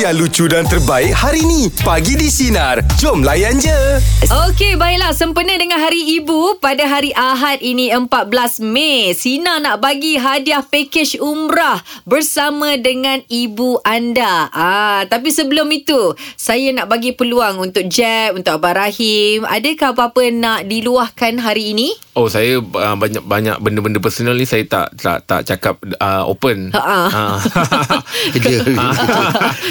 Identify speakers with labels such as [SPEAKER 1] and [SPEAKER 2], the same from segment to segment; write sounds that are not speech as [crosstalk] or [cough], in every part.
[SPEAKER 1] yang lucu dan terbaik hari ni. Pagi di Sinar. Jom layan je.
[SPEAKER 2] Okey, baiklah. Sempena dengan Hari Ibu, pada hari Ahad ini 14 Mei, Sina nak bagi hadiah pakej umrah bersama dengan ibu anda. Ah, tapi sebelum itu, saya nak bagi peluang untuk Jeb, untuk Abang Rahim. Adakah apa-apa nak diluahkan hari
[SPEAKER 3] [laughs]
[SPEAKER 2] ini? [laughs]
[SPEAKER 4] Oh saya uh, banyak banyak benda-benda personal ni saya tak tak tak cakap uh, open.
[SPEAKER 2] Ha, ah. [laughs]
[SPEAKER 4] Ah. [laughs]
[SPEAKER 3] Kerja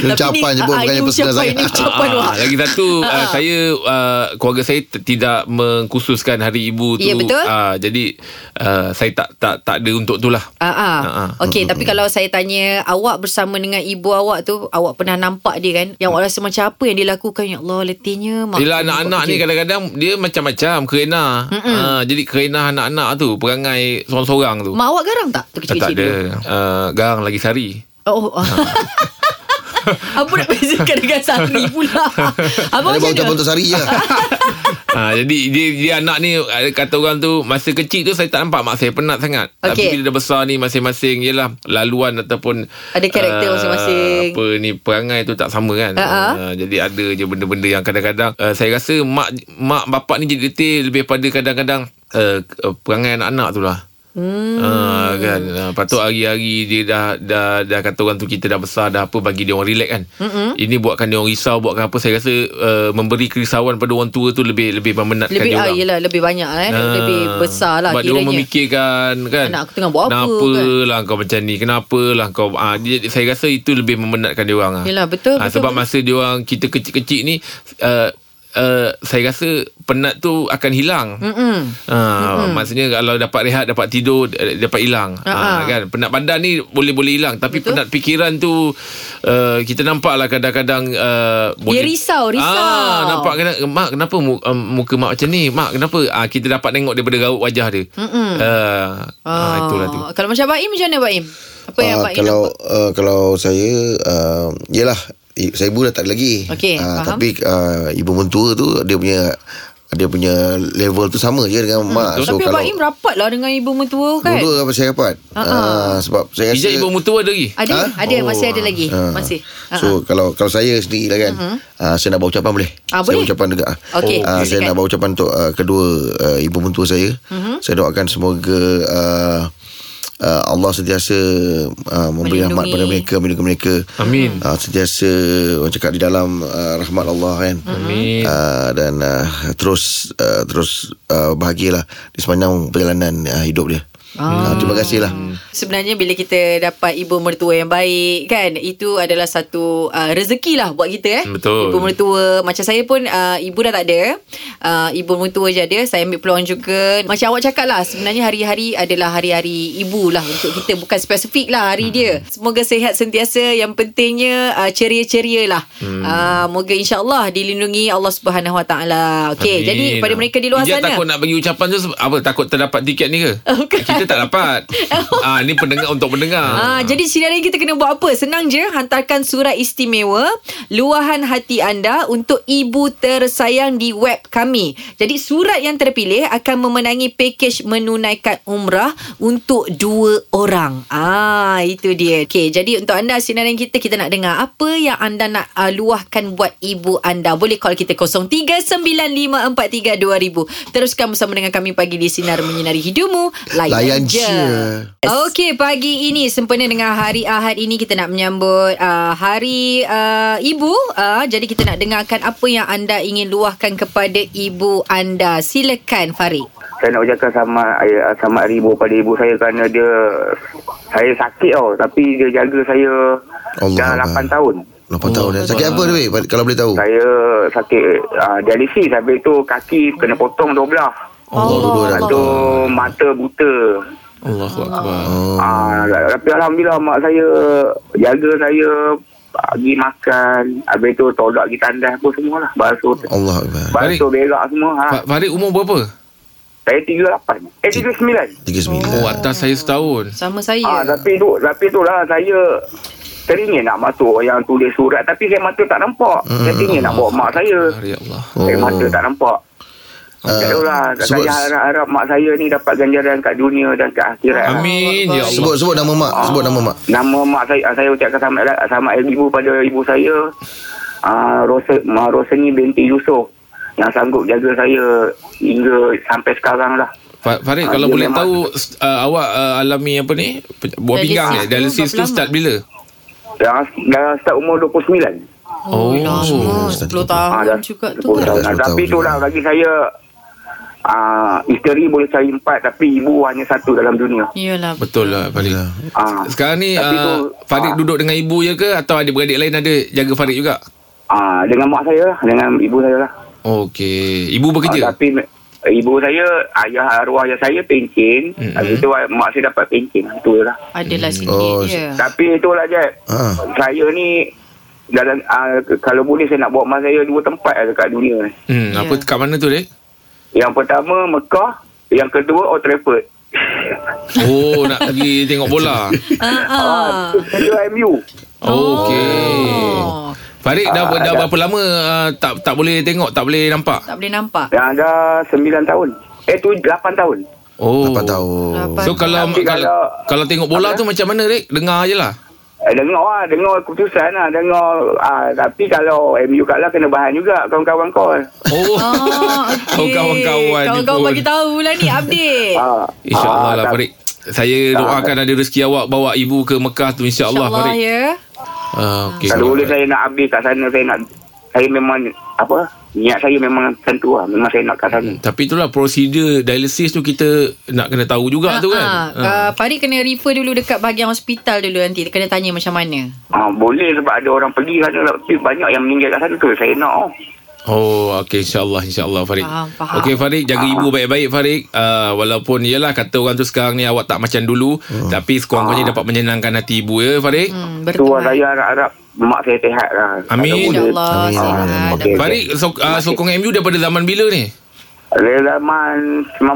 [SPEAKER 3] Ini ucapan je pun
[SPEAKER 2] ah, ah,
[SPEAKER 3] Bukannya
[SPEAKER 2] ini
[SPEAKER 3] personal
[SPEAKER 2] ucapan,
[SPEAKER 3] sangat
[SPEAKER 2] Ini ucapan,
[SPEAKER 4] Ah,
[SPEAKER 2] wah.
[SPEAKER 4] ah, lagi satu uh, saya uh, keluarga saya t- tidak mengkhususkan hari ibu tu.
[SPEAKER 2] Ya, betul.
[SPEAKER 4] Ah, jadi uh, saya tak tak tak ada untuk tu lah.
[SPEAKER 2] Ah, ah.
[SPEAKER 4] Ah, ah.
[SPEAKER 2] Okey, tapi kalau saya tanya awak bersama dengan ibu awak tu, awak pernah nampak dia kan? Yang awak rasa macam apa yang dia lakukan? Ya Allah, letihnya mak.
[SPEAKER 4] Mm. Yelah anak-anak ni kadang-kadang dia macam-macam kerena. Uh, jadi kerena anak-anak tu perangai seorang-seorang tu.
[SPEAKER 2] Mak awak garang tak? Tu
[SPEAKER 4] Ah, kan. tak
[SPEAKER 2] kecil-kecil
[SPEAKER 4] ada.
[SPEAKER 2] dulu.
[SPEAKER 4] Uh, garang lagi sari.
[SPEAKER 2] Oh.
[SPEAKER 4] [laughs]
[SPEAKER 2] ah. apa nak bezakan dengan Sari
[SPEAKER 4] [laughs]
[SPEAKER 2] pula? Abang macam
[SPEAKER 3] Ada bau cabang
[SPEAKER 2] mana?
[SPEAKER 3] untuk sari ya? je
[SPEAKER 4] ha, jadi dia dia anak ni ada kata orang tu masa kecil tu saya tak nampak mak saya penat sangat. Okay. Tapi
[SPEAKER 2] Okey.
[SPEAKER 4] bila dah besar ni masing-masing ialah laluan ataupun
[SPEAKER 2] Ada karakter
[SPEAKER 4] ah,
[SPEAKER 2] masing-masing.
[SPEAKER 4] Apa ni perangai tu tak sama kan.
[SPEAKER 2] Ha, ha.
[SPEAKER 4] Ah, jadi ada je benda-benda yang kadang-kadang uh, saya rasa mak mak bapak ni jadi detail lebih pada kadang-kadang uh, uh, perangai anak-anak tu lah. Hmm. Uh, kan uh, Lepas tu hari-hari Dia dah, dah Dah kata orang tu Kita dah besar Dah apa Bagi dia orang relax kan Mm-mm. Ini buatkan dia orang risau Buatkan apa Saya rasa uh, Memberi kerisauan Pada orang tua tu Lebih lebih memenatkan
[SPEAKER 2] Lebih
[SPEAKER 4] dia
[SPEAKER 2] ah,
[SPEAKER 4] orang
[SPEAKER 2] yelah, lebih banyak eh.
[SPEAKER 4] Ah,
[SPEAKER 2] Lebih besar lah
[SPEAKER 4] Sebab dia orang
[SPEAKER 2] kiranya.
[SPEAKER 4] memikirkan kan
[SPEAKER 2] Anak aku tengah buat apa, kan?
[SPEAKER 4] Kenapa lah kau macam ni Kenapa lah kau ah, dia, Saya rasa itu lebih memenatkan dia orang lah.
[SPEAKER 2] Yelah, betul,
[SPEAKER 4] Ah,
[SPEAKER 2] betul,
[SPEAKER 4] Sebab
[SPEAKER 2] betul.
[SPEAKER 4] masa dia orang Kita kecil-kecil ni uh, Uh, saya rasa penat tu akan hilang.
[SPEAKER 2] Mm-mm.
[SPEAKER 4] Ha, maksudnya kalau dapat rehat, dapat tidur, eh, dapat hilang.
[SPEAKER 2] Ah, ah.
[SPEAKER 4] Ha, kan? Penat badan ni boleh-boleh hilang tapi
[SPEAKER 2] Betul.
[SPEAKER 4] penat fikiran tu uh, kita nampaklah kadang-kadang uh,
[SPEAKER 2] risau, risau.
[SPEAKER 4] Ah, nampak kena mak kenapa mu- um, muka mak macam ni? Mak kenapa? Ah kita dapat tengok daripada raut wajah dia. Mm-mm. Uh,
[SPEAKER 2] Oh.
[SPEAKER 4] ah itulah tu.
[SPEAKER 2] Kalau macam Baim macam mana Baim? Apa yang
[SPEAKER 3] Ah,
[SPEAKER 2] Baim
[SPEAKER 3] Kalau
[SPEAKER 2] nampak?
[SPEAKER 3] uh, Kalau saya uh, Yelah i- Saya ibu dah tak ada lagi
[SPEAKER 2] Okey,
[SPEAKER 3] Ah,
[SPEAKER 2] faham.
[SPEAKER 3] Tapi uh, Ibu mentua tu Dia punya Dia punya level tu sama je Dengan mak
[SPEAKER 2] Hmm, Tapi Baim rapat lah dengan ibu mentua kan?
[SPEAKER 3] Dua-dua apa saya dapat uh, Sebab saya rasa
[SPEAKER 4] Ijaz ibu mutua ada lagi.
[SPEAKER 2] Ada,
[SPEAKER 3] Ah?
[SPEAKER 2] ada masih
[SPEAKER 4] Oh,
[SPEAKER 2] ada lagi.
[SPEAKER 3] Ah.
[SPEAKER 2] Masih. Ah, ah. Mhm.
[SPEAKER 3] So kalau kalau saya sendiri lah kan uh-huh. uh, Saya nak bawa ucapan boleh
[SPEAKER 2] Ah, boleh.
[SPEAKER 3] Saya ucapan juga ah.
[SPEAKER 2] Okey,
[SPEAKER 3] Ah, Saya
[SPEAKER 2] silakan. Mhm.
[SPEAKER 3] nak bawa ucapan untuk uh, kedua uh, ibu mentua saya uh-huh. Saya doakan semoga uh, uh, Allah sentiasa uh, memberi rahmat
[SPEAKER 2] Melindungi.
[SPEAKER 3] pada mereka Melindungi mereka
[SPEAKER 4] Amin.
[SPEAKER 3] uh, Sentiasa orang cakap di dalam uh, rahmat Allah kan
[SPEAKER 2] Mhm.
[SPEAKER 4] Amin.
[SPEAKER 3] Uh, dan uh, terus uh, terus uh, bahagialah di sepanjang perjalanan uh, hidup dia. Ah. Uh, terima kasihlah.
[SPEAKER 2] Sebenarnya bila kita dapat ibu mertua yang baik kan itu adalah satu uh, rezeki lah buat kita eh.
[SPEAKER 4] Betul.
[SPEAKER 2] Ibu mertua macam saya pun uh, ibu dah tak ada. Uh, ibu mertua je ada. Saya ambil peluang juga. Macam awak cakap lah sebenarnya hari-hari adalah hari-hari ibu lah untuk kita bukan spesifik lah
[SPEAKER 4] Hmm.
[SPEAKER 2] hari dia. Semoga sihat sentiasa yang pentingnya uh, ceria-ceria lah. Hmm. Uh, moga insyaallah dilindungi Allah Subhanahu Wa Taala. Okey jadi pada mereka di luar
[SPEAKER 4] Ijaz
[SPEAKER 2] sana.
[SPEAKER 4] takut nak bagi ucapan tu sebab- apa takut terdapat tiket ni ke?
[SPEAKER 2] Oh, bukan.
[SPEAKER 4] Kita tak dapat.
[SPEAKER 2] [laughs]
[SPEAKER 4] ah ni pendengar untuk pendengar.
[SPEAKER 2] Ah, jadi sinar ini kita kena buat apa? Senang je, hantarkan surat istimewa luahan hati anda untuk ibu tersayang di web kami. Jadi surat yang terpilih akan memenangi pakej menunaikan umrah untuk dua orang. Ah, itu dia. Okey, jadi untuk anda sinar yang kita kita nak dengar apa yang anda nak uh, luahkan buat ibu anda. Boleh call kita 0395432000. Teruskan bersama dengan kami pagi di sinar menyinari hidupmu. Layan,
[SPEAKER 3] Layan
[SPEAKER 2] je.
[SPEAKER 3] je.
[SPEAKER 2] Okey, pagi ini sempena dengan hari Ahad ini kita nak menyambut uh, hari uh, ibu. Uh, jadi kita nak dengarkan apa yang anda ingin luahkan kepada ibu anda. Silakan Farid.
[SPEAKER 5] saya nak ucapkan sama eh, sama hari ibu pada ibu saya kerana dia saya sakit tau tapi dia jaga saya
[SPEAKER 3] Allah
[SPEAKER 5] dah
[SPEAKER 3] Allah.
[SPEAKER 5] 8 tahun.
[SPEAKER 3] 8 tahun eh. Sakit apa ni babe? Kalau boleh tahu.
[SPEAKER 5] Saya sakit uh, dialisis habis tu kaki kena potong dua belah.
[SPEAKER 4] Oh,
[SPEAKER 3] Allah dulu dah.
[SPEAKER 5] Lepas tu mata buta.
[SPEAKER 4] Allahu akbar.
[SPEAKER 3] Oh.
[SPEAKER 5] Ah uh, tapi alhamdulillah mak saya jaga saya pergi makan habis tu tolak pergi tandas pun semualah basuh
[SPEAKER 3] Allah Akbar.
[SPEAKER 5] basuh berak semua ha.
[SPEAKER 4] Fa- Farid umur berapa?
[SPEAKER 5] Saya 38 eh 39
[SPEAKER 4] Oh
[SPEAKER 3] 39.
[SPEAKER 4] atas saya setahun.
[SPEAKER 2] Sama saya.
[SPEAKER 5] Ah, tapi tu, tapi tu lah saya teringin nak masuk yang tulis surat tapi saya mata tak nampak. Saya teringin nak bawa mak saya.
[SPEAKER 4] Ya Allah.
[SPEAKER 3] Oh. Ah.
[SPEAKER 5] Saya mata tak nampak. Tak tahu lah. Tak
[SPEAKER 3] sebut,
[SPEAKER 5] saya harap-harap mak saya ni dapat ganjaran kat dunia dan kat akhirat.
[SPEAKER 4] Amin ya Allah.
[SPEAKER 3] sebut sebut nama mak, sebut nama mak.
[SPEAKER 5] Nama mak saya, saya ucapkan sama, sama ibu pada ibu saya. Uh, Rosa, Ma Rosani binti Yusof yang sanggup jaga saya hingga sampai sekarang lah.
[SPEAKER 4] Fa- Farid
[SPEAKER 5] Ah,
[SPEAKER 4] kalau
[SPEAKER 5] ya,
[SPEAKER 4] boleh
[SPEAKER 5] memang.
[SPEAKER 4] tahu s- uh, awak uh, alami apa ni? Pe- Buah
[SPEAKER 2] Dialisis
[SPEAKER 4] pinggang ni.
[SPEAKER 2] tu
[SPEAKER 4] Dialisis tu
[SPEAKER 2] berapa
[SPEAKER 4] start
[SPEAKER 2] lama?
[SPEAKER 4] bila?
[SPEAKER 5] Dah, dah start umur 29.
[SPEAKER 4] Oh,
[SPEAKER 2] ya lama. 10
[SPEAKER 5] Ah,
[SPEAKER 2] tahun
[SPEAKER 5] dah
[SPEAKER 2] juga tu
[SPEAKER 3] kan?
[SPEAKER 5] 10 tahun.
[SPEAKER 3] Dah
[SPEAKER 5] Ah,
[SPEAKER 3] 10
[SPEAKER 5] Tapi
[SPEAKER 3] tahun
[SPEAKER 5] tu lah
[SPEAKER 3] juga.
[SPEAKER 5] bagi saya uh, isteri boleh cari empat tapi ibu hanya satu dalam dunia.
[SPEAKER 2] Yelah
[SPEAKER 4] Betul lah Farid.
[SPEAKER 3] Ya.
[SPEAKER 5] Ah.
[SPEAKER 4] Sekarang ni
[SPEAKER 5] Tapi tu,
[SPEAKER 4] uh, Farid
[SPEAKER 5] ah.
[SPEAKER 4] duduk dengan ibu je ke atau adik-beradik lain ada jaga Farid juga?
[SPEAKER 5] Ah, dengan mak saya lah, dengan ibu saya lah.
[SPEAKER 4] Okey. Ibu
[SPEAKER 5] Ah,
[SPEAKER 4] bekerja?
[SPEAKER 5] tapi me- ibu saya, ayah arwah ayah saya
[SPEAKER 4] Mm-mm.
[SPEAKER 5] pencin. Mm-hmm. Habis tu ah, mak saya dapat pencin. Itu je lah.
[SPEAKER 4] Hmm.
[SPEAKER 2] Adalah sikit
[SPEAKER 3] Oh,
[SPEAKER 2] je
[SPEAKER 5] Tapi itulah Jeb.
[SPEAKER 3] Ah.
[SPEAKER 5] Saya ni dalam uh, kalau boleh saya nak bawa mak saya dua tempat lah dekat dunia ni.
[SPEAKER 4] Hmm,
[SPEAKER 2] Ya.
[SPEAKER 4] apa kat mana tu, Dek?
[SPEAKER 5] Yang pertama Mekah, yang kedua Old Trafford. [laughs]
[SPEAKER 4] Oh, nak pergi tengok bola.
[SPEAKER 2] Ah, ah.
[SPEAKER 5] Ah, kedua MU. Oh.
[SPEAKER 4] Okey.
[SPEAKER 2] Oh.
[SPEAKER 4] Farid dah,
[SPEAKER 5] Ah,
[SPEAKER 4] dah
[SPEAKER 5] dah.
[SPEAKER 4] berapa lama uh, tak tak boleh tengok, tak boleh nampak?
[SPEAKER 2] Tak boleh nampak
[SPEAKER 5] Yang ada 9 tahun. Eh tu 8 tahun.
[SPEAKER 4] Oh.
[SPEAKER 3] Apa tahu.
[SPEAKER 2] Lapan.
[SPEAKER 4] So kalau
[SPEAKER 5] Tapi
[SPEAKER 4] kalau,
[SPEAKER 5] kalau-
[SPEAKER 4] kalau tengok bola tu macam mana, Dek? Dengar je lah.
[SPEAKER 5] Eh, dengar lah, dengar keputusan lah, dengar. Ah, tapi kalau MU kalah lah, kena bahan juga kawan-kawan call.
[SPEAKER 4] Oh.
[SPEAKER 2] Ah, okey.
[SPEAKER 4] [laughs] Oh, kawan-kawan ni
[SPEAKER 2] Kawan-kawan
[SPEAKER 4] pun.
[SPEAKER 2] bagi tahu lah ni update.
[SPEAKER 5] Ah,
[SPEAKER 4] InsyaAllah lah
[SPEAKER 5] tak-
[SPEAKER 4] Farid Saya doakan ada rezeki awak Bawa ibu ke Mekah tu InsyaAllah
[SPEAKER 2] InsyaAllah
[SPEAKER 4] Farid
[SPEAKER 2] ya.
[SPEAKER 4] Ah, okay.
[SPEAKER 5] Kalau boleh saya nak habis kat sana, saya nak, saya memang, apa, niat saya memang tentu lah. Memang saya nak kat sana.
[SPEAKER 4] Tapi itulah prosedur dialisis tu Kita nak kena tahu juga tu kan
[SPEAKER 2] Ah, ah. Ah, Farid kena refer dulu dekat bahagian hospital dulu nanti. Dia Kena tanya macam mana.
[SPEAKER 4] Hmm.
[SPEAKER 5] Ah, boleh sebab ada orang pergi sana, tapi banyak yang meninggal kat sana tu. Saya nak. Oh.
[SPEAKER 4] Oh, okey insya-Allah insya-Allah Farid.
[SPEAKER 2] Faham, faham.
[SPEAKER 4] Okey Farid, jaga ibu baik-baik Farid. Uh, walaupun yalah kata orang tu sekarang ni awak tak macam dulu,
[SPEAKER 5] Hmm.
[SPEAKER 4] tapi
[SPEAKER 5] Ah.
[SPEAKER 4] sekurang-kurangnya dapat menyenangkan hati ibu ya Farid.
[SPEAKER 2] Hmm,
[SPEAKER 5] Tu lah
[SPEAKER 2] berteman.
[SPEAKER 5] saya harap-harap mak saya sihat lah.
[SPEAKER 4] Amin.
[SPEAKER 5] Kalau boleh. Ah,
[SPEAKER 2] InsyaAllah
[SPEAKER 3] Amin,
[SPEAKER 2] sihat.
[SPEAKER 3] amin,
[SPEAKER 5] Okey.
[SPEAKER 4] Farid so, uh, sokong MU daripada zaman bila ni?
[SPEAKER 5] Relaman 96.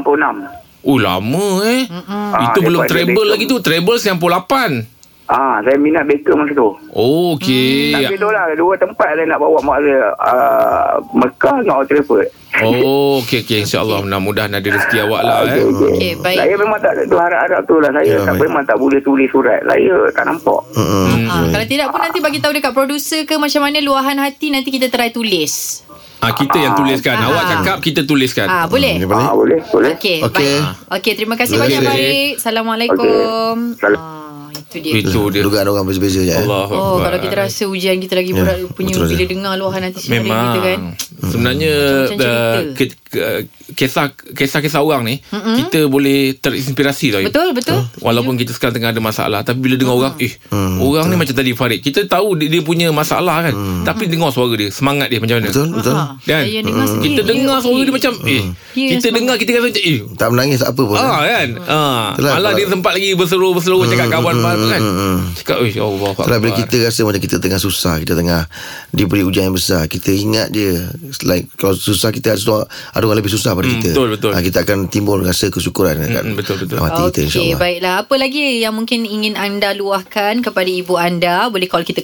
[SPEAKER 4] Oh, lama eh.
[SPEAKER 2] Hmm,
[SPEAKER 5] Ah,
[SPEAKER 4] Itu belum
[SPEAKER 5] daripada
[SPEAKER 4] treble
[SPEAKER 5] Beckham.
[SPEAKER 4] lagi tu, treble 98.
[SPEAKER 5] Ah, saya minat Baker masa tu.
[SPEAKER 4] Oh,
[SPEAKER 2] Hmm,
[SPEAKER 4] okey.
[SPEAKER 5] Tapi tu lah dua tempat saya nak bawa mak saya uh, Mekah dengan Old Trafford.
[SPEAKER 4] Oh, okey okey insya-Allah mudah-mudahan ada rezeki awak lah eh.
[SPEAKER 2] Okey, baik.
[SPEAKER 5] Saya memang tak tu harap-harap tu lah saya
[SPEAKER 3] Ya,
[SPEAKER 5] tak,
[SPEAKER 3] baik.
[SPEAKER 5] memang tak boleh tulis surat. Saya tak nampak.
[SPEAKER 3] Mm-mm.
[SPEAKER 4] Hmm,
[SPEAKER 2] Ah, kalau tidak pun nanti bagi tahu dekat producer ke macam mana luahan hati nanti kita try tulis.
[SPEAKER 4] Ah kita yang tuliskan.
[SPEAKER 2] Ah.
[SPEAKER 4] Awak cakap kita tuliskan.
[SPEAKER 2] Ah, boleh.
[SPEAKER 3] Dia balik.
[SPEAKER 5] Ah, boleh, boleh.
[SPEAKER 2] Okey,
[SPEAKER 3] Hmm. Okey.
[SPEAKER 2] baik. Okey, terima kasih
[SPEAKER 4] Okey.
[SPEAKER 2] banyak Farid. Assalamualaikum.
[SPEAKER 5] Okey. Salam.
[SPEAKER 2] Ah, itu dia.
[SPEAKER 4] Itu dia.
[SPEAKER 3] Dugaan orang berbeza je. eh.
[SPEAKER 4] Allah.
[SPEAKER 2] Oh, kalau kita rasa ujian kita lagi berat
[SPEAKER 3] Ya,
[SPEAKER 2] punya
[SPEAKER 3] betul
[SPEAKER 2] bila
[SPEAKER 3] dia.
[SPEAKER 2] dengar luahan hati sendiri
[SPEAKER 4] Memang
[SPEAKER 2] kita kan.
[SPEAKER 4] Sebenarnya
[SPEAKER 2] Macam cerita.
[SPEAKER 4] uh, ke- ke- Kisah Kisah-kisah orang ni mm-hmm. Kita boleh Terinspirasi tau Im.
[SPEAKER 2] Betul, betul.
[SPEAKER 4] Walaupun kita sekarang tengah ada masalah Tapi bila dengar orang Eh orang ni macam tadi Farid Kita tahu dia, dia punya masalah kan Tapi dengar suara dia Semangat dia macam mana
[SPEAKER 3] Betul betul.
[SPEAKER 2] Ah,
[SPEAKER 4] Kan?
[SPEAKER 2] saya yang dengar sendiri.
[SPEAKER 4] Kita
[SPEAKER 2] Mm. Ya,
[SPEAKER 4] dengar suara
[SPEAKER 2] okey.
[SPEAKER 4] dia macam Eh
[SPEAKER 2] Ya,
[SPEAKER 4] Kita
[SPEAKER 2] semangat.
[SPEAKER 4] dengar kita rasa macam Eh
[SPEAKER 3] Tak menangis tak apa pun. eh.
[SPEAKER 4] Ah kan ah.
[SPEAKER 3] Itulah,
[SPEAKER 4] Malah
[SPEAKER 3] kalau-
[SPEAKER 4] dia sempat lagi
[SPEAKER 3] Hmm,
[SPEAKER 4] berseluruh-berseluruh Cakap kawan mm, kan Cakap "Uish, ya Allah
[SPEAKER 3] Setelah hmm, bila
[SPEAKER 4] Akbar."
[SPEAKER 3] kita rasa macam kita tengah susah Kita tengah diberi ujian yang besar Kita ingat je like, Kalau susah kita ada, orang- ada orang lebih susah pada
[SPEAKER 4] Hmm,
[SPEAKER 3] kita
[SPEAKER 4] betul, betul.
[SPEAKER 3] Ah, Kita akan timbul rasa kesyukuran dekat
[SPEAKER 4] hmm, betul, betul.
[SPEAKER 3] dalam hati kita
[SPEAKER 2] Okey,
[SPEAKER 3] insyaAllah
[SPEAKER 2] baiklah. Apa lagi yang mungkin ingin anda luahkan kepada ibu anda? Boleh call kita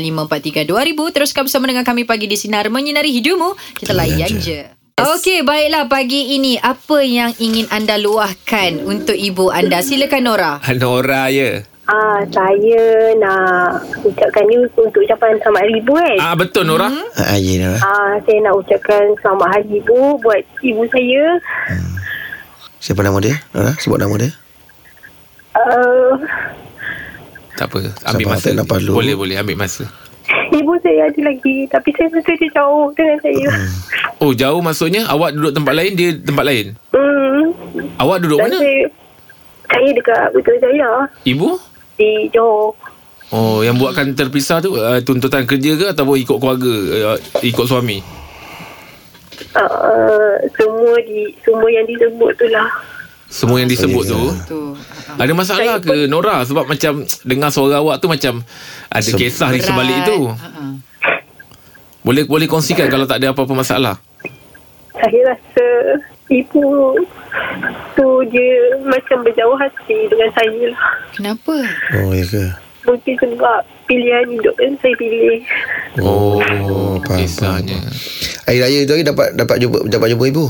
[SPEAKER 2] 0395432000. Teruskan bersama dengan kami pagi di Sinar Menyinari Hidupmu. Kita layan
[SPEAKER 3] Layan
[SPEAKER 2] je. Okey, baiklah pagi ini apa yang ingin anda luahkan untuk ibu anda? Silakan Nora.
[SPEAKER 4] Hanora ya
[SPEAKER 6] Ah, saya nak ucapkan ni untuk ucapan selamat hari ibu kan.
[SPEAKER 4] Ah betul Nora
[SPEAKER 3] Ah, ya, Nora.
[SPEAKER 6] Ah, saya nak ucapkan selamat hari ibu buat ibu saya.
[SPEAKER 3] Siapa nama dia? Nora? Sebut nama dia
[SPEAKER 6] Uh,
[SPEAKER 4] Tak apa Ambil
[SPEAKER 3] Sabar,
[SPEAKER 4] masa
[SPEAKER 3] tak dapat dulu.
[SPEAKER 4] Boleh boleh ambil masa
[SPEAKER 6] [laughs] ibu saya ada lagi tapi saya rasa dia jauh dengan saya.
[SPEAKER 4] Oh jauh maksudnya Awak duduk tempat lain Dia tempat lain
[SPEAKER 6] Hmm.
[SPEAKER 4] Awak duduk
[SPEAKER 6] Dan
[SPEAKER 4] mana
[SPEAKER 6] saya, saya dekat Betul Jaya
[SPEAKER 4] Ibu
[SPEAKER 6] di Johor.
[SPEAKER 4] Oh yang buatkan terpisah tu uh, Tuntutan kerja ke Ataupun ikut keluarga uh, Ikut suami
[SPEAKER 6] Uh, semua di semua yang disebut tu lah.
[SPEAKER 4] Semua yang disebut
[SPEAKER 3] saya-
[SPEAKER 4] tu
[SPEAKER 2] Tu.
[SPEAKER 4] Ada masalah ke Nora Sebab macam Dengar suara awak tu macam Ada kisah di sebalik
[SPEAKER 2] Berat.
[SPEAKER 4] itu
[SPEAKER 2] Uh-uh.
[SPEAKER 4] Boleh boleh kongsikan Kalau tak ada apa-apa masalah
[SPEAKER 6] Saya rasa ibu tu dia macam berjauh hati dengan saya lah.
[SPEAKER 2] Kenapa?
[SPEAKER 3] Oh ya ke?
[SPEAKER 6] Mungkin sebab pilihan hidup kan saya pilih.
[SPEAKER 3] Oh, faham, faham.
[SPEAKER 4] Kisahnya
[SPEAKER 3] Hari raya tu hari dapat dapat jumpa dapat jumpa ibu.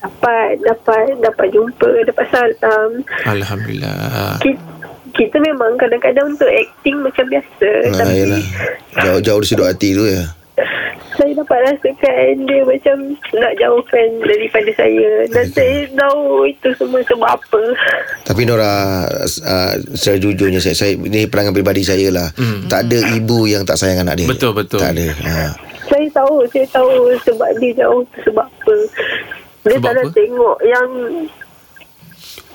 [SPEAKER 6] Dapat Dapat Dapat jumpa Dapat salam
[SPEAKER 4] Alhamdulillah.
[SPEAKER 6] kita, kita memang kadang-kadang Untuk acting macam biasa
[SPEAKER 3] Ha
[SPEAKER 6] Eh, Tapi
[SPEAKER 3] yalah. Jauh jauh dari sudut hati tu ya.
[SPEAKER 6] Saya dapat rasakan Dia macam Nak jauhkan Daripada saya Dan saya tahu Itu semua sebab apa
[SPEAKER 3] Tapi Nora uh, Secara jujurnya saya, saya, Ini perangai peribadi saya lah mm. Tak ada ibu yang tak sayang anak dia
[SPEAKER 4] Hmm. Betul, betul.
[SPEAKER 3] Tak ada ha.
[SPEAKER 6] Saya tahu Saya tahu Sebab dia jauh tu Sebab apa Dia
[SPEAKER 4] Sebab
[SPEAKER 6] tak nak
[SPEAKER 4] apa?
[SPEAKER 6] tengok Yang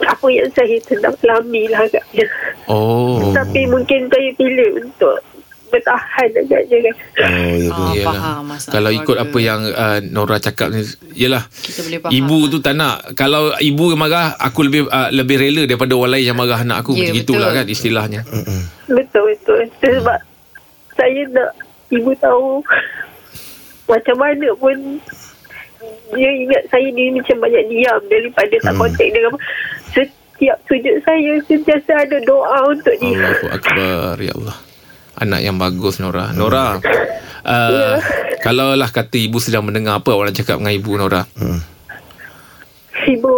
[SPEAKER 6] apa yang saya sedang alami lah agaknya.
[SPEAKER 4] Oh.
[SPEAKER 6] Tapi mungkin saya pilih untuk bertahan agaknya kan.
[SPEAKER 3] Oh ya ke
[SPEAKER 2] Ah,
[SPEAKER 4] Yelah.
[SPEAKER 2] faham masalah
[SPEAKER 4] Kalau ikut
[SPEAKER 2] keluarga.
[SPEAKER 4] apa yang uh, Nora cakap ni Yelah
[SPEAKER 2] Kita boleh faham.
[SPEAKER 4] Ibu tu tak nak Kalau ibu yang marah Aku lebih uh, lebih rela Daripada orang lain yang marah anak aku
[SPEAKER 2] Ya,
[SPEAKER 4] yeah, Begitulah
[SPEAKER 2] betul.
[SPEAKER 4] kan istilahnya
[SPEAKER 6] Betul betul Sebab Saya nak Ibu tahu Macam mana pun Dia ingat saya ni Macam banyak diam Daripada tak kontak dia apa. Setiap sujud saya Sentiasa ada doa untuk dia
[SPEAKER 4] Allahu Akbar Ya Allah Anak yang bagus Nora Nora uh,
[SPEAKER 3] Hmm.
[SPEAKER 4] Kalau lah kata ibu sedang mendengar Apa orang cakap dengan ibu Nora Hmm.
[SPEAKER 6] Ibu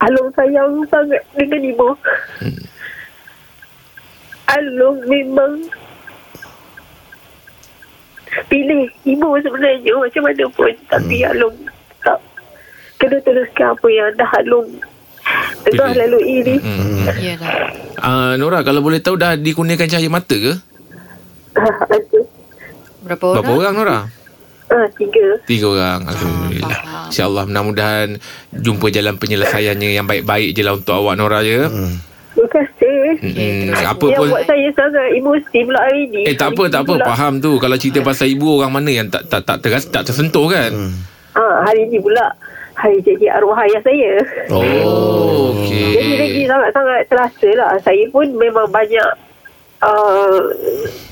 [SPEAKER 6] Alung sayang sangat Dengan ibu Alung memang Pilih ibu sebenarnya Macam mana pun Tapi
[SPEAKER 4] Hmm.
[SPEAKER 6] Alung tak Kena teruskan apa yang dah Alung Tengah
[SPEAKER 4] Pilih.
[SPEAKER 6] lalui ni
[SPEAKER 4] hmm.
[SPEAKER 2] Yalah.
[SPEAKER 4] uh, Nora kalau boleh tahu Dah dikurniakan cahaya mata ke?
[SPEAKER 6] Ha, Ada
[SPEAKER 2] Berapa orang?
[SPEAKER 4] Berapa orang Nora?
[SPEAKER 6] Ah, tiga
[SPEAKER 4] Tiga orang Alhamdulillah
[SPEAKER 2] Ah, faham.
[SPEAKER 4] InsyaAllah mudah-mudahan Jumpa jalan penyelesaiannya Yang baik-baik je lah Untuk awak Nora ya hmm.
[SPEAKER 6] Terima kasih
[SPEAKER 4] Mm-mm.
[SPEAKER 2] terus.
[SPEAKER 4] Hmm. Apa
[SPEAKER 6] Yang
[SPEAKER 4] pun
[SPEAKER 6] buat saya sangat emosi pula hari ni
[SPEAKER 4] Eh tak apa tak apa faham tu kalau cerita pasal ibu orang mana yang tak tak tak teras tak tersentuh kan.
[SPEAKER 3] Hmm.
[SPEAKER 6] ha, Hari ni pula Hari jadi arwah ayah saya
[SPEAKER 4] Oh
[SPEAKER 6] Jadi lagi
[SPEAKER 4] okey.
[SPEAKER 6] sangat-sangat terasa lah. Saya pun memang banyak Uh,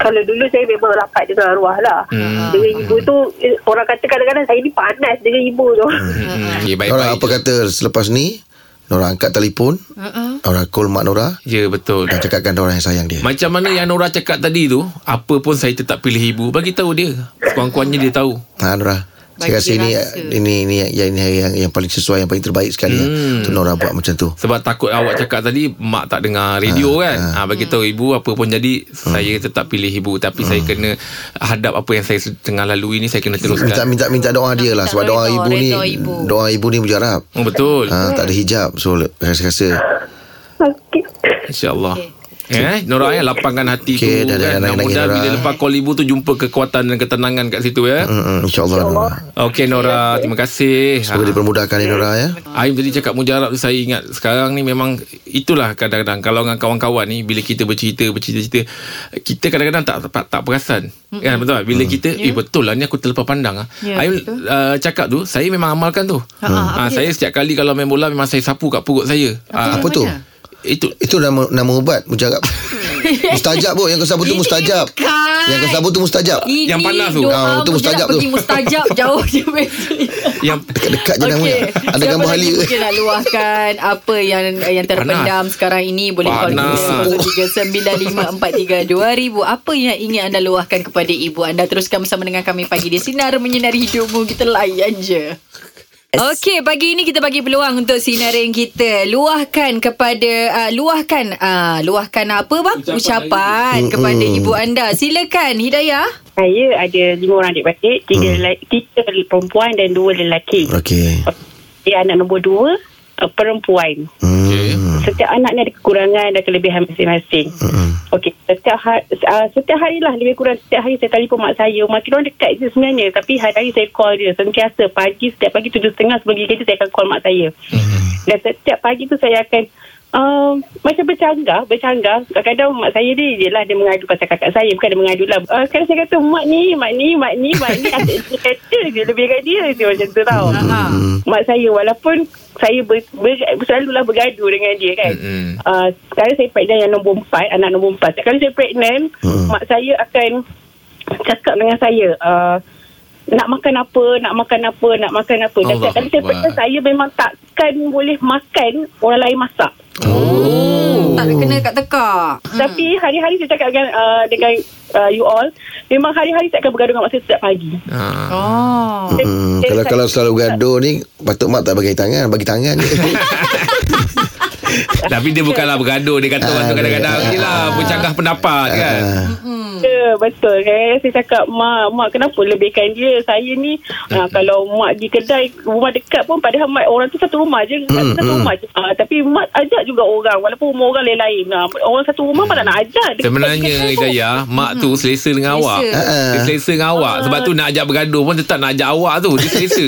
[SPEAKER 6] kalau dulu saya memang rapat dengan arwah lah
[SPEAKER 4] Hmm.
[SPEAKER 6] Dengan ibu tu eh, Orang kata kadang-kadang saya ni panas dengan ibu tu
[SPEAKER 4] Hmm, okey
[SPEAKER 3] Nora
[SPEAKER 4] baik-baik.
[SPEAKER 3] apa
[SPEAKER 4] je.
[SPEAKER 3] kata Selepas ni Nora angkat telefon
[SPEAKER 2] Mm-mm.
[SPEAKER 3] Nora call mak Nora
[SPEAKER 4] Ya betul.
[SPEAKER 3] Dan cakapkan orang yang sayang dia
[SPEAKER 4] Macam mana yang Nora cakap tadi tu, apa pun saya tetap pilih ibu. Bagi tahu dia. Kurang-kurangnya dia tahu.
[SPEAKER 3] Ha Nora
[SPEAKER 2] Bagi
[SPEAKER 3] saya rasa ini,
[SPEAKER 2] rasa.
[SPEAKER 3] ini ini yang ini yang, yang paling sesuai yang paling terbaik sekali hmm.
[SPEAKER 4] Hmm.
[SPEAKER 3] untuk Nora buat macam tu.
[SPEAKER 4] Sebab takut awak cakap tadi mak tak dengar radio
[SPEAKER 3] Ah,
[SPEAKER 4] ha, kan. Ha, bagi tahu ibu apa pun jadi saya tetap pilih ibu tapi
[SPEAKER 3] Ah.
[SPEAKER 4] saya kena hadap apa yang saya tengah lalui ni saya kena
[SPEAKER 3] Minta
[SPEAKER 4] teruskan.
[SPEAKER 3] minta minta doa dia lah
[SPEAKER 2] minta
[SPEAKER 3] sebab doa
[SPEAKER 2] redha-
[SPEAKER 3] ibu ni
[SPEAKER 2] redha ibu. Hmm.
[SPEAKER 3] doa ibu ni mujarab.
[SPEAKER 4] Oh, betul. Ha.
[SPEAKER 3] Ha, tak ada hijab so rasa-rasa
[SPEAKER 6] Sakit
[SPEAKER 4] InsyaAllah Eh, Nora ya lapangkan hati
[SPEAKER 3] Ah. Okey,
[SPEAKER 4] tu
[SPEAKER 3] dah, dah,
[SPEAKER 4] kan.
[SPEAKER 3] dah, dah,
[SPEAKER 4] Mudah-mudahan
[SPEAKER 3] dah, Ah. dah,
[SPEAKER 4] bila
[SPEAKER 3] dah.
[SPEAKER 4] lepas call ibu tu jumpa kekuatan dan ketenangan kat situ ya.
[SPEAKER 3] Mm-mm, InsyaAllah Nora
[SPEAKER 4] Okey Nora, terima kasih.
[SPEAKER 3] Semoga dipermudahkan ya Nora ya
[SPEAKER 4] Aim tadi cakap mujarab tu saya ingat sekarang ni memang itulah kadang-kadang kalau dengan kawan-kawan ni bila kita bercerita bercerita-cerita kita kadang-kadang tak tak, tak perasan mm-hmm. kan betul tak bila kita yeah. eh betul lah ni aku terlepas pandang ah.
[SPEAKER 2] Ya,
[SPEAKER 4] Aim
[SPEAKER 2] betul.
[SPEAKER 4] uh, cakap tu saya memang amalkan tu. Ha,
[SPEAKER 2] apa dia?
[SPEAKER 4] saya setiap kali kalau main bola memang saya sapu kat perut saya. Ah,
[SPEAKER 3] Apa tu?
[SPEAKER 2] Mana?
[SPEAKER 4] Itu
[SPEAKER 3] Itu nama nama ubat mujarab
[SPEAKER 2] [laughs]
[SPEAKER 3] Mustajab pun Yang kau sabu tu mustajab
[SPEAKER 2] bukan.
[SPEAKER 3] Yang kau sabu tu mustajab
[SPEAKER 2] Kan? Ini
[SPEAKER 4] Yang panas tu.
[SPEAKER 2] doa
[SPEAKER 3] Ah, tu
[SPEAKER 2] mujarab
[SPEAKER 3] mustajab tu.
[SPEAKER 2] lah Pergi
[SPEAKER 3] [laughs]
[SPEAKER 2] mustajab jauh je besi.
[SPEAKER 4] yang
[SPEAKER 3] Dekat je namanya Ada gambar
[SPEAKER 2] lagi
[SPEAKER 3] halia
[SPEAKER 2] Mungkin nak luahkan apa yang yang terpendam Panas. sekarang ini boleh call
[SPEAKER 4] Panas.
[SPEAKER 2] kita 0395432000. Apa yang ingin anda luahkan kepada ibu anda teruskan bersama dengan kami pagi di sinar menyinari hidupmu kita layan je. Okey, pagi ini kita bagi peluang untuk sinarin kita. Luahkan kepada uh, luahkan uh, luahkan apa bang? Ucapan, Ucapan kepada ibu anda. Silakan Hidayah.
[SPEAKER 7] Saya ada lima orang adik beradik, tiga, hmm. lelaki, tiga perempuan dan dua lelaki.
[SPEAKER 3] Okey
[SPEAKER 7] Dia anak nombor dua, uh, perempuan.
[SPEAKER 3] hmm.
[SPEAKER 7] Setiap anak ni ada kekurangan dan kelebihan masing-masing.
[SPEAKER 3] Hmm.
[SPEAKER 7] Okey, setiap hari, uh, setiap hari lah lebih kurang setiap hari saya telefon mak saya. Makin orang dekat je sebenarnya tapi hari-hari saya call dia sentiasa pagi setiap pagi 7.30 sebelum pergi kerja saya akan call mak saya. Mm-hmm. Dan setiap pagi tu saya akan Uh, macam bercanggah bercanggah kadang-kadang mak saya dia je lah dia mengadu pasal kakak saya bukan dia mengadu lah uh, sekarang saya kata mak ni mak ni mak ni mak ni [laughs] asyik dia kata je lebih kat dia je macam tu tau
[SPEAKER 2] Ha.
[SPEAKER 7] mak saya walaupun saya ber, ber, selalulah bergaduh dengan dia kan
[SPEAKER 4] Mm-mm.
[SPEAKER 7] uh, sekarang saya pregnant yang nombor empat anak nombor empat sekarang saya pregnant
[SPEAKER 3] Hmm.
[SPEAKER 7] mak saya akan [laughs] cakap dengan saya uh, nak makan apa nak makan apa nak makan apa dan
[SPEAKER 4] Allah
[SPEAKER 7] setiap kali saya
[SPEAKER 4] Akbar.
[SPEAKER 7] pregnant saya memang takkan boleh makan orang lain masak
[SPEAKER 2] Oh. Tak kena kat tekak.
[SPEAKER 4] Hmm.
[SPEAKER 7] Tapi hari-hari saya cakap dengan uh, dengan uh, you all, memang hari-hari saya akan bergaduh dengan mak saya setiap pagi.
[SPEAKER 4] Ha.
[SPEAKER 2] Oh.
[SPEAKER 3] Hmm, kalau kalau selalu gaduh ni patut mak tak bagi tangan, bagi tangan je.
[SPEAKER 4] Tapi dia bukanlah bergaduh Dia kata orang tu kadang-kadang Yelah Bercanggah pendapat kan
[SPEAKER 3] Ah,
[SPEAKER 7] Ya, betul. Eh. Saya cakap, Mak, Mak kenapa lebihkan dia? Saya ni, uh, kalau Mak di kedai, rumah dekat pun padahal Mak orang tu satu rumah je. Satu, satu rumah je. Uh, tapi Mak ajak juga orang walaupun rumah orang lain-lain. Uh, orang satu rumah Mak tak nak ajak.
[SPEAKER 2] [laughs]
[SPEAKER 7] Dekat-
[SPEAKER 4] Sebenarnya
[SPEAKER 7] dekat-
[SPEAKER 4] Hidayah Mak tu selesa dengan
[SPEAKER 2] Hmm. Selesa. Ah.
[SPEAKER 4] awak
[SPEAKER 3] Ah.
[SPEAKER 4] Dia selesa dengan awak Sebab tu nak ajak bergaduh pun Tetap nak ajak awak tu Dia
[SPEAKER 2] [laughs]
[SPEAKER 4] selesa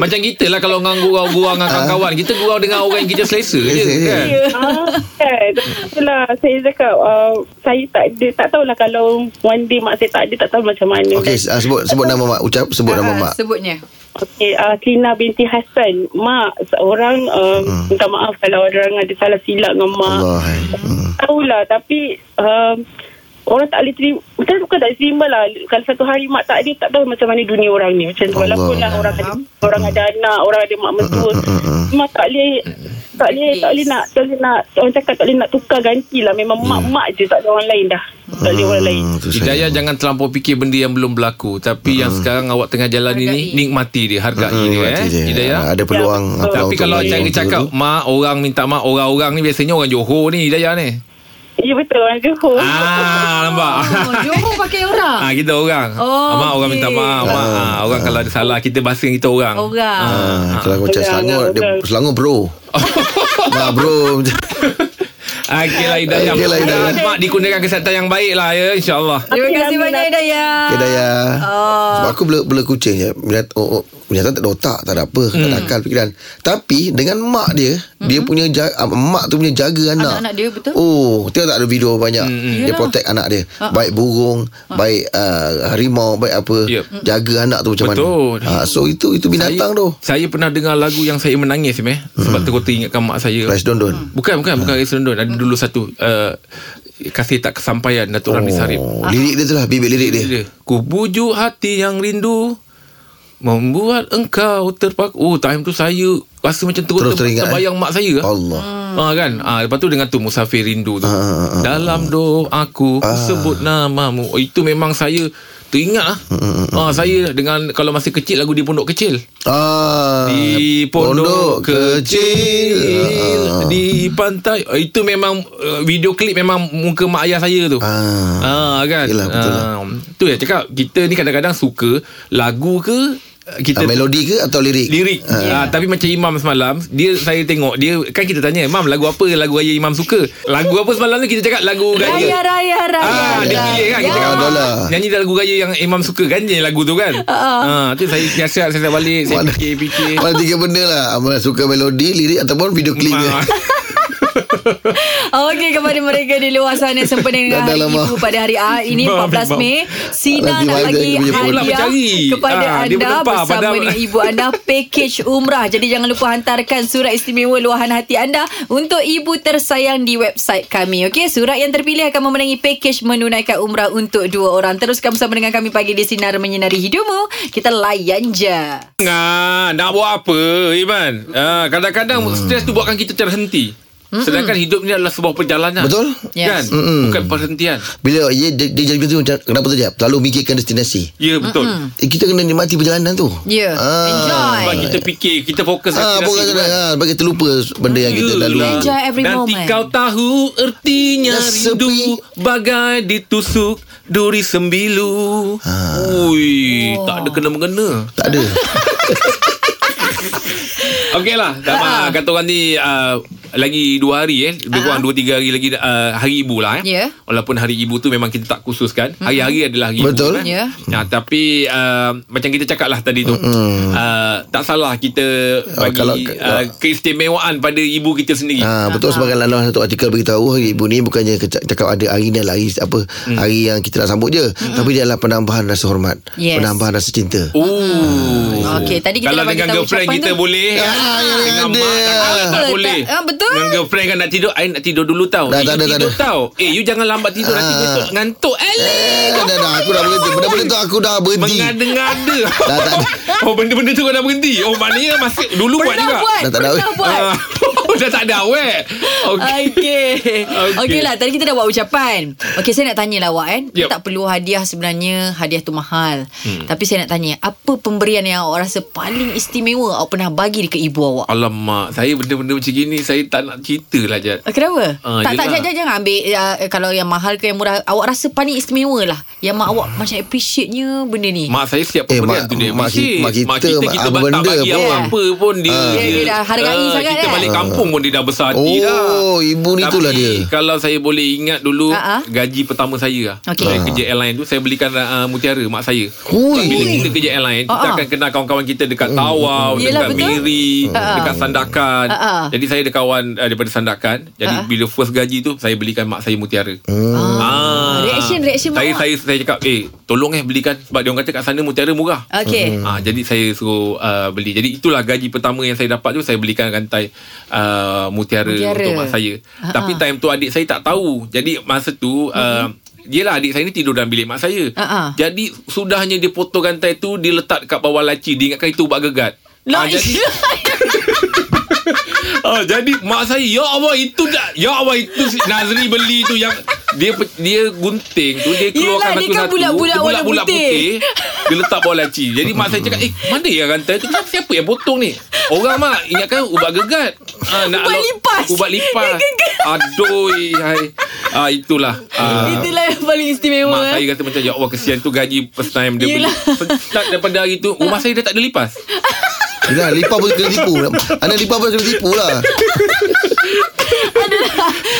[SPEAKER 4] Macam kita lah Kalau orang gurau-gurau Dengan kawan-kawan Kita gurau dengan orang Yang kita selesa je
[SPEAKER 3] Ah. Selesa
[SPEAKER 4] kan
[SPEAKER 3] je.
[SPEAKER 7] Ah, kan Itulah Saya cakap uh, Saya tak ada Tak tahulah kalau One day mak saya tak ada Tak tahu macam mana
[SPEAKER 3] Okey, uh, sebut sebut nama mak, ucap sebut nama
[SPEAKER 2] Ah,
[SPEAKER 3] mak.
[SPEAKER 2] Sebutnya.
[SPEAKER 7] okay uh, Tina binti Hassan Mak Seorang uh, Minta maaf Kalau orang ada salah silap Dengan mak
[SPEAKER 3] Hmm. Allah. eh. Hmm.
[SPEAKER 7] Tahulah Tapi um, Orang tak boleh terima Bukan, bukan tak terima lah Kalau satu hari mak tak ada Tak tahu macam mana dunia orang ni Macam tu
[SPEAKER 3] Allah. Hmm.
[SPEAKER 7] Walaupun lah orang ada Orang ada anak Orang ada mak mertua Mak tak boleh tak boleh, tak boleh nak tak boleh nak orang cakap tak boleh nak tukar ganti lah memang mak-mak je tak ada orang lain dah tak ada orang lain
[SPEAKER 3] Hmm, tu saya.
[SPEAKER 4] Hidayah jangan terlampau fikir benda yang belum berlaku Tapi
[SPEAKER 3] Ah.
[SPEAKER 4] yang sekarang awak tengah jalan ini
[SPEAKER 2] Hargai.
[SPEAKER 4] Nikmati dia Hargai
[SPEAKER 3] Hmm,
[SPEAKER 4] dia, eh.
[SPEAKER 3] mati dia.
[SPEAKER 4] Hidayah
[SPEAKER 3] Ah, Ada peluang
[SPEAKER 7] Ya,
[SPEAKER 3] apa
[SPEAKER 7] betul.
[SPEAKER 4] Tapi
[SPEAKER 3] untuk
[SPEAKER 4] kalau
[SPEAKER 3] bagi
[SPEAKER 4] cara
[SPEAKER 3] orang tua
[SPEAKER 4] cakap
[SPEAKER 3] tu.
[SPEAKER 4] Mak orang minta mak Orang-orang ni biasanya orang Johor ni Hidayah ni
[SPEAKER 7] ya betul orang Johor
[SPEAKER 4] Ah nampak
[SPEAKER 2] Oh, Johor pakai orang.
[SPEAKER 4] [laughs] Ah kita orang.
[SPEAKER 2] Oh,
[SPEAKER 4] mak orang
[SPEAKER 2] okey.
[SPEAKER 4] minta maaf. Mak ah, orang kalau ada salah kita bahasa dengan kita orang.
[SPEAKER 2] Orang.
[SPEAKER 4] Ah.
[SPEAKER 3] Ah, kalau macam
[SPEAKER 7] Betul,
[SPEAKER 3] Selangor,
[SPEAKER 7] betul.
[SPEAKER 3] dia Selangor
[SPEAKER 4] [laughs]
[SPEAKER 3] bro. Mak bro.
[SPEAKER 4] Ah, Okey lah Hidayah.
[SPEAKER 3] Okey lah, Hidayah.
[SPEAKER 4] Mak digunakan kesihatan yang baik lah ya insyaAllah.
[SPEAKER 2] Terima
[SPEAKER 7] Okey,
[SPEAKER 2] kasih
[SPEAKER 7] Alhamdulillah.
[SPEAKER 2] banyak Hidayah.
[SPEAKER 3] Hidayah.
[SPEAKER 2] Ah.
[SPEAKER 3] Sebab aku bela, bela kucing je. Binatang, oh, oh, binatang tak ada otak, tak ada apa, tak ada
[SPEAKER 4] Hmm.
[SPEAKER 3] akal fikiran. Tapi dengan mak dia, dia punya ja- ah, mak tu punya jaga anak.
[SPEAKER 2] Anak-anak dia, betul.
[SPEAKER 3] Oh, tengok tak ada video banyak.
[SPEAKER 4] Hmm,
[SPEAKER 3] Dia
[SPEAKER 2] Yalah.
[SPEAKER 3] protect anak dia. Baik burung, baik ah, harimau, baik apa.
[SPEAKER 4] Yep.
[SPEAKER 3] Jaga anak tu macam
[SPEAKER 4] Betul.
[SPEAKER 3] mana. Ah, so itu itu binatang tu.
[SPEAKER 4] Saya pernah dengar lagu yang saya menangis meh sebab
[SPEAKER 3] Hmm.
[SPEAKER 4] terkota ingatkan mak saya.
[SPEAKER 3] Rice dondon.
[SPEAKER 4] Bukan bukan
[SPEAKER 3] Hmm.
[SPEAKER 4] bukan Rice London. Ada dulu satu uh, kasih tak kesampaian Datuk Ramli Sarip.
[SPEAKER 3] Oh, lirik dia tu lah, bibit lirik dia.
[SPEAKER 4] dia. Ku bujuk hati yang rindu Membuat engkau terpaku Oh time tu saya Rasa macam terus,
[SPEAKER 3] Terus teringat, eh?
[SPEAKER 4] Terbayang mak saya ah.
[SPEAKER 3] Allah.
[SPEAKER 4] Ah kan ah, Lepas tu dengan tu Musafir Rindu tu
[SPEAKER 3] Ah, ah, ah,
[SPEAKER 4] Dalam doaku aku
[SPEAKER 3] Ah.
[SPEAKER 4] Sebut namamu oh, Itu memang saya Teringat lah
[SPEAKER 3] Hmm,
[SPEAKER 4] ah, Saya dengan Kalau masih kecil Lagu di pondok kecil
[SPEAKER 3] Ah,
[SPEAKER 4] Di pondok, kecil,
[SPEAKER 3] Ah, ah.
[SPEAKER 4] Di pantai Ah, Itu memang uh, Video klip memang Muka mak ayah saya tu Ah
[SPEAKER 3] Ah.
[SPEAKER 4] kan.
[SPEAKER 3] Yelah, betul lah.
[SPEAKER 4] Ah, tu ya cakap kita ni kadang-kadang suka lagu ke eh, kita
[SPEAKER 3] Ah, melodi ke atau lirik?
[SPEAKER 4] lirik. Ah, tapi macam Imam semalam, dia saya tengok dia kan kita tanya, "Imam, lagu apa lagu raya Imam suka?" Lagu apa semalam ni kita cakap lagu
[SPEAKER 2] Raya,
[SPEAKER 4] raya.
[SPEAKER 2] raya, raya.
[SPEAKER 4] Ah, dia pilih kan kita
[SPEAKER 2] Ya.
[SPEAKER 4] cakap,
[SPEAKER 3] Ah, dah lah.
[SPEAKER 4] "Mak, Nyanyi lagu raya yang Imam suka kan je lagu tu kan. Ah, tu saya biasa saya balik saya
[SPEAKER 3] Mana-
[SPEAKER 4] fikir-fikir.
[SPEAKER 3] Mana tiga benda lah Amal suka melodi Lirik ataupun video klip
[SPEAKER 4] Ah.
[SPEAKER 3] dia
[SPEAKER 2] Oh, Okey kepada mereka di luar sana sempena dengan
[SPEAKER 3] Dah
[SPEAKER 2] Hari
[SPEAKER 3] lama.
[SPEAKER 2] Ibu pada hari ah, ini
[SPEAKER 4] Bang,
[SPEAKER 2] 14
[SPEAKER 4] bang.
[SPEAKER 2] Mei. Sina
[SPEAKER 3] Lagi
[SPEAKER 2] nak
[SPEAKER 3] mana
[SPEAKER 2] bagi
[SPEAKER 3] dia punya
[SPEAKER 4] pula
[SPEAKER 2] hadiah
[SPEAKER 4] mencari.
[SPEAKER 2] kepada
[SPEAKER 4] Ah, dia
[SPEAKER 2] anda
[SPEAKER 4] menempah
[SPEAKER 2] bersama
[SPEAKER 4] padahal.
[SPEAKER 2] dengan ibu anda package umrah. Jadi jangan lupa hantarkan surat istimewa luahan hati anda untuk ibu tersayang di website kami. Okey, surat yang terpilih akan memenangi package menunaikan umrah untuk dua orang. Teruskan bersama dengan kami pagi di Sinar Menyinari Hidupmu. Kita layan je.
[SPEAKER 4] Nah, nak buat apa Iman ah, Kadang-kadang hmm. stres tu buatkan kita terhenti hmm. Sedangkan hidup ni adalah sebuah perjalanan
[SPEAKER 3] Betul?
[SPEAKER 4] Kan
[SPEAKER 2] Yes.
[SPEAKER 4] hmm. Bukan perhentian
[SPEAKER 3] Bila dia, dia, dia jadi macam tu macam, Kenapa tu Jeb Terlalu mikirkan destinasi
[SPEAKER 4] Ya betul hmm.
[SPEAKER 3] eh, Kita kena nikmati perjalanan tu
[SPEAKER 2] Ya, enjoy.
[SPEAKER 4] Sebab kita fikir Kita fokus
[SPEAKER 3] Ah, bukan
[SPEAKER 4] tu
[SPEAKER 3] kena
[SPEAKER 4] kan.
[SPEAKER 3] ah, bagi terlupa benda yang kita lalui.
[SPEAKER 4] Yelah.
[SPEAKER 2] Enjoy every
[SPEAKER 4] Nanti
[SPEAKER 2] moment.
[SPEAKER 4] kau tahu ertinya
[SPEAKER 3] Dah
[SPEAKER 4] rindu
[SPEAKER 3] sepi.
[SPEAKER 4] Bagai ditusuk duri sembilu ha. Ui,
[SPEAKER 2] Oh.
[SPEAKER 4] tak ada kena-mengena
[SPEAKER 3] Tak ada.
[SPEAKER 4] Okey lah tak apa. Kata orang ni uh, Lagi dua hari eh Lebih kurang dua tiga hari lagi uh, Hari ibu lah eh
[SPEAKER 2] Ya.
[SPEAKER 4] Walaupun hari ibu tu Memang kita tak khususkan Hari-hari adalah hari
[SPEAKER 3] Betul.
[SPEAKER 4] ibu kan?
[SPEAKER 2] Ya.
[SPEAKER 4] nah, Tapi uh, Macam kita cakap lah tadi tu uh, Tak salah kita Bagi
[SPEAKER 3] Oh, kalau-
[SPEAKER 4] uh, Keistimewaan pada ibu kita sendiri
[SPEAKER 3] Ah, betul sebagai dalam satu artikel beritahu hari ibu ni bukannya ke- cakap ada hari ni adalah hari apa hari yang kita nak sambut je tapi dia adalah penambahan rasa hormat
[SPEAKER 2] Yes.
[SPEAKER 3] penambahan rasa cinta
[SPEAKER 4] Oh.
[SPEAKER 2] Ah, Okey, tadi kita
[SPEAKER 4] Kalau
[SPEAKER 2] dah bagi
[SPEAKER 4] dengan
[SPEAKER 2] tahu
[SPEAKER 4] girlfriend
[SPEAKER 2] ucapan
[SPEAKER 4] kita
[SPEAKER 2] tu.
[SPEAKER 4] boleh
[SPEAKER 3] Ah,
[SPEAKER 4] Dengan
[SPEAKER 3] ada.
[SPEAKER 4] mak tak, tak, tak
[SPEAKER 2] Apa,
[SPEAKER 4] boleh
[SPEAKER 2] tak- ah, betul.
[SPEAKER 4] Dengan girlfriend kan nak tidur I nak tidur dulu tau
[SPEAKER 3] Dah,
[SPEAKER 4] Eh,
[SPEAKER 3] tak
[SPEAKER 4] you
[SPEAKER 3] ada, tak
[SPEAKER 4] tidur
[SPEAKER 3] ada.
[SPEAKER 4] tau Eh you jangan lambat tidur Nanti
[SPEAKER 3] Ah.
[SPEAKER 4] besok ngantuk Alah
[SPEAKER 3] Eh, dah, dah, aku dah berhenti. Benda-benda tu aku dah berhenti.
[SPEAKER 4] Mengada-ngada
[SPEAKER 3] Dah tak ada.
[SPEAKER 4] [laughs] Oh benda-benda tu kau dah berhenti Oh maknanya masih Dulu buat
[SPEAKER 2] Pernah
[SPEAKER 4] juga
[SPEAKER 2] buat,
[SPEAKER 3] Dah tak ada.
[SPEAKER 2] pernah buat.
[SPEAKER 4] Ah. [laughs] Dah tak ada awet. Okey.
[SPEAKER 2] Okey.
[SPEAKER 4] Okey.
[SPEAKER 2] Okey lah, tadi kita dah buat ucapan. Okey, saya nak tanyalah awak kan. Yep.
[SPEAKER 4] Yup.
[SPEAKER 2] Tak perlu hadiah sebenarnya, hadiah tu mahal. Hmm. Tapi saya nak tanya, apa pemberian yang awak rasa paling istimewa awak pernah bagi dekat ibu awak?
[SPEAKER 4] Alamak, saya benda-benda macam gini saya tak nak cerita lah Jad.
[SPEAKER 2] Ah, Kenapa?
[SPEAKER 4] Ah,
[SPEAKER 2] tak, tak,
[SPEAKER 4] yelah.
[SPEAKER 2] jangan, jangan ambil uh, Kalau yang mahal ke yang murah Awak rasa paling istimewa lah Yang mak awak macam appreciate-nya benda ni
[SPEAKER 4] Mak saya siap
[SPEAKER 3] Eh,
[SPEAKER 4] pemberian
[SPEAKER 3] mak-
[SPEAKER 4] tu dia
[SPEAKER 3] mak
[SPEAKER 4] appreciate.
[SPEAKER 3] kita- mak kita, mak-
[SPEAKER 4] kita
[SPEAKER 3] apa
[SPEAKER 4] ba- tak
[SPEAKER 3] benda
[SPEAKER 4] bagi
[SPEAKER 2] pun.
[SPEAKER 4] apa-apa pun dia,
[SPEAKER 3] Ah.
[SPEAKER 2] Dia- dia dah hargai
[SPEAKER 4] Ah,
[SPEAKER 2] sangat,
[SPEAKER 4] Kita
[SPEAKER 2] kan?
[SPEAKER 4] balik kampung pun dia dah besar hati
[SPEAKER 3] Oh,
[SPEAKER 4] dah
[SPEAKER 3] ibu ni
[SPEAKER 4] Tapi
[SPEAKER 3] itulah dia.
[SPEAKER 4] kalau saya boleh ingat dulu
[SPEAKER 2] Ah, ah.
[SPEAKER 4] Gaji pertama saya lah
[SPEAKER 2] Okey.
[SPEAKER 4] Saya kerja airline tu Saya belikan uh, mutiara mak saya
[SPEAKER 3] Ah. Hui. Hmm,
[SPEAKER 4] Bila kita kerja airline Kita
[SPEAKER 2] Ah, ah.
[SPEAKER 4] akan kenal kawan-kawan kita Dekat Tawau
[SPEAKER 2] Yelah,
[SPEAKER 4] Dekat
[SPEAKER 2] betul.
[SPEAKER 4] Miri
[SPEAKER 2] Ah, ah.
[SPEAKER 4] Dekat Sandakan
[SPEAKER 2] Ah, ah.
[SPEAKER 4] Jadi saya ada kawan uh, Daripada Sandakan Jadi
[SPEAKER 2] Ah, ah.
[SPEAKER 4] bila first gaji tu Saya belikan mak saya mutiara
[SPEAKER 3] Hmm.
[SPEAKER 2] Ah, reaction- reaction
[SPEAKER 4] saya,
[SPEAKER 2] mak
[SPEAKER 4] saya saya cakap Eh tolong eh belikan Sebab dia orang kata kat sana mutiara murah
[SPEAKER 2] Okey
[SPEAKER 4] Ah, jadi saya suruh uh, beli. Jadi itulah gaji pertama yang saya dapat tu saya belikan rantai uh, mutiara,
[SPEAKER 2] Mutiara.
[SPEAKER 4] mutiara untuk mak saya.
[SPEAKER 2] Ha-ha.
[SPEAKER 4] Ha-ha. Tapi time tu adik saya tak tahu. Jadi masa tu uh, Yelah adik saya ni tidur dalam bilik mak saya
[SPEAKER 2] Ha-ha.
[SPEAKER 4] Jadi sudahnya dia potong rantai tu Dia letak kat bawah laci Dia ingatkan itu ubat gegat
[SPEAKER 2] Lah,
[SPEAKER 4] Ah,
[SPEAKER 2] [laughs]
[SPEAKER 4] jadi, ah, jadi mak saya Ya Allah itu dah Ya Allah itu si Nazri beli tu yang Dia pe- dia gunting tu Dia
[SPEAKER 2] Yelah, dia
[SPEAKER 4] keluarkan
[SPEAKER 2] kan
[SPEAKER 4] satu-satu
[SPEAKER 2] bulat-bulat
[SPEAKER 4] Dia
[SPEAKER 2] warna
[SPEAKER 4] bulat-bulat
[SPEAKER 2] putih.
[SPEAKER 4] dia letak bawah laci Jadi mak saya cakap Eh mana yang rantai tu Kenapa siapa yang potong ni Orang mak Ingatkan ubat gegat ha,
[SPEAKER 2] Ubat lipas.
[SPEAKER 4] Ubat lipas
[SPEAKER 2] Yang gegat.
[SPEAKER 4] Aduh hai. Ah, Itulah ah,
[SPEAKER 2] [laughs] Itulah yang paling istimewa
[SPEAKER 4] Mak
[SPEAKER 2] eh.
[SPEAKER 4] saya kata macam Ya Allah kesian tu gaji First time dia
[SPEAKER 2] Yelah.
[SPEAKER 4] beli Start daripada hari tu Rumah saya dah tak ada lipas
[SPEAKER 3] Yelah Lipa pun kena tipu Anak Lipa pun kena tipu lah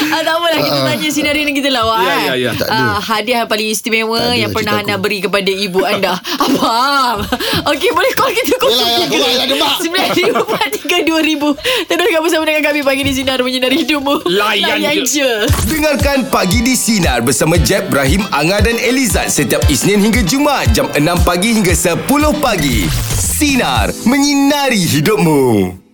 [SPEAKER 2] ah, tak apalah kita tanya sinari ni kita lawa
[SPEAKER 4] Ya,
[SPEAKER 2] kan?
[SPEAKER 4] ya, ya.
[SPEAKER 3] Tak ada.
[SPEAKER 2] Ah, hadiah yang paling istimewa
[SPEAKER 3] Tak ada,
[SPEAKER 2] yang pernah
[SPEAKER 3] cerita
[SPEAKER 2] anda
[SPEAKER 3] aku.
[SPEAKER 2] beri kepada ibu anda. Abang. Okey boleh call kita
[SPEAKER 3] Yelah, yelah, korang yang debat.
[SPEAKER 2] 90432000. Terus kamu bersama dengan kami pagi di sinar menyinari hidupmu.
[SPEAKER 4] Layan je.
[SPEAKER 2] je.
[SPEAKER 1] Dengarkan Pagi di Sinar bersama Jeb, Ibrahim, Anga dan Elizad setiap Isnin hingga Jumaat jam 6 pagi hingga 10 pagi. Sinar, menyinari hidupmu.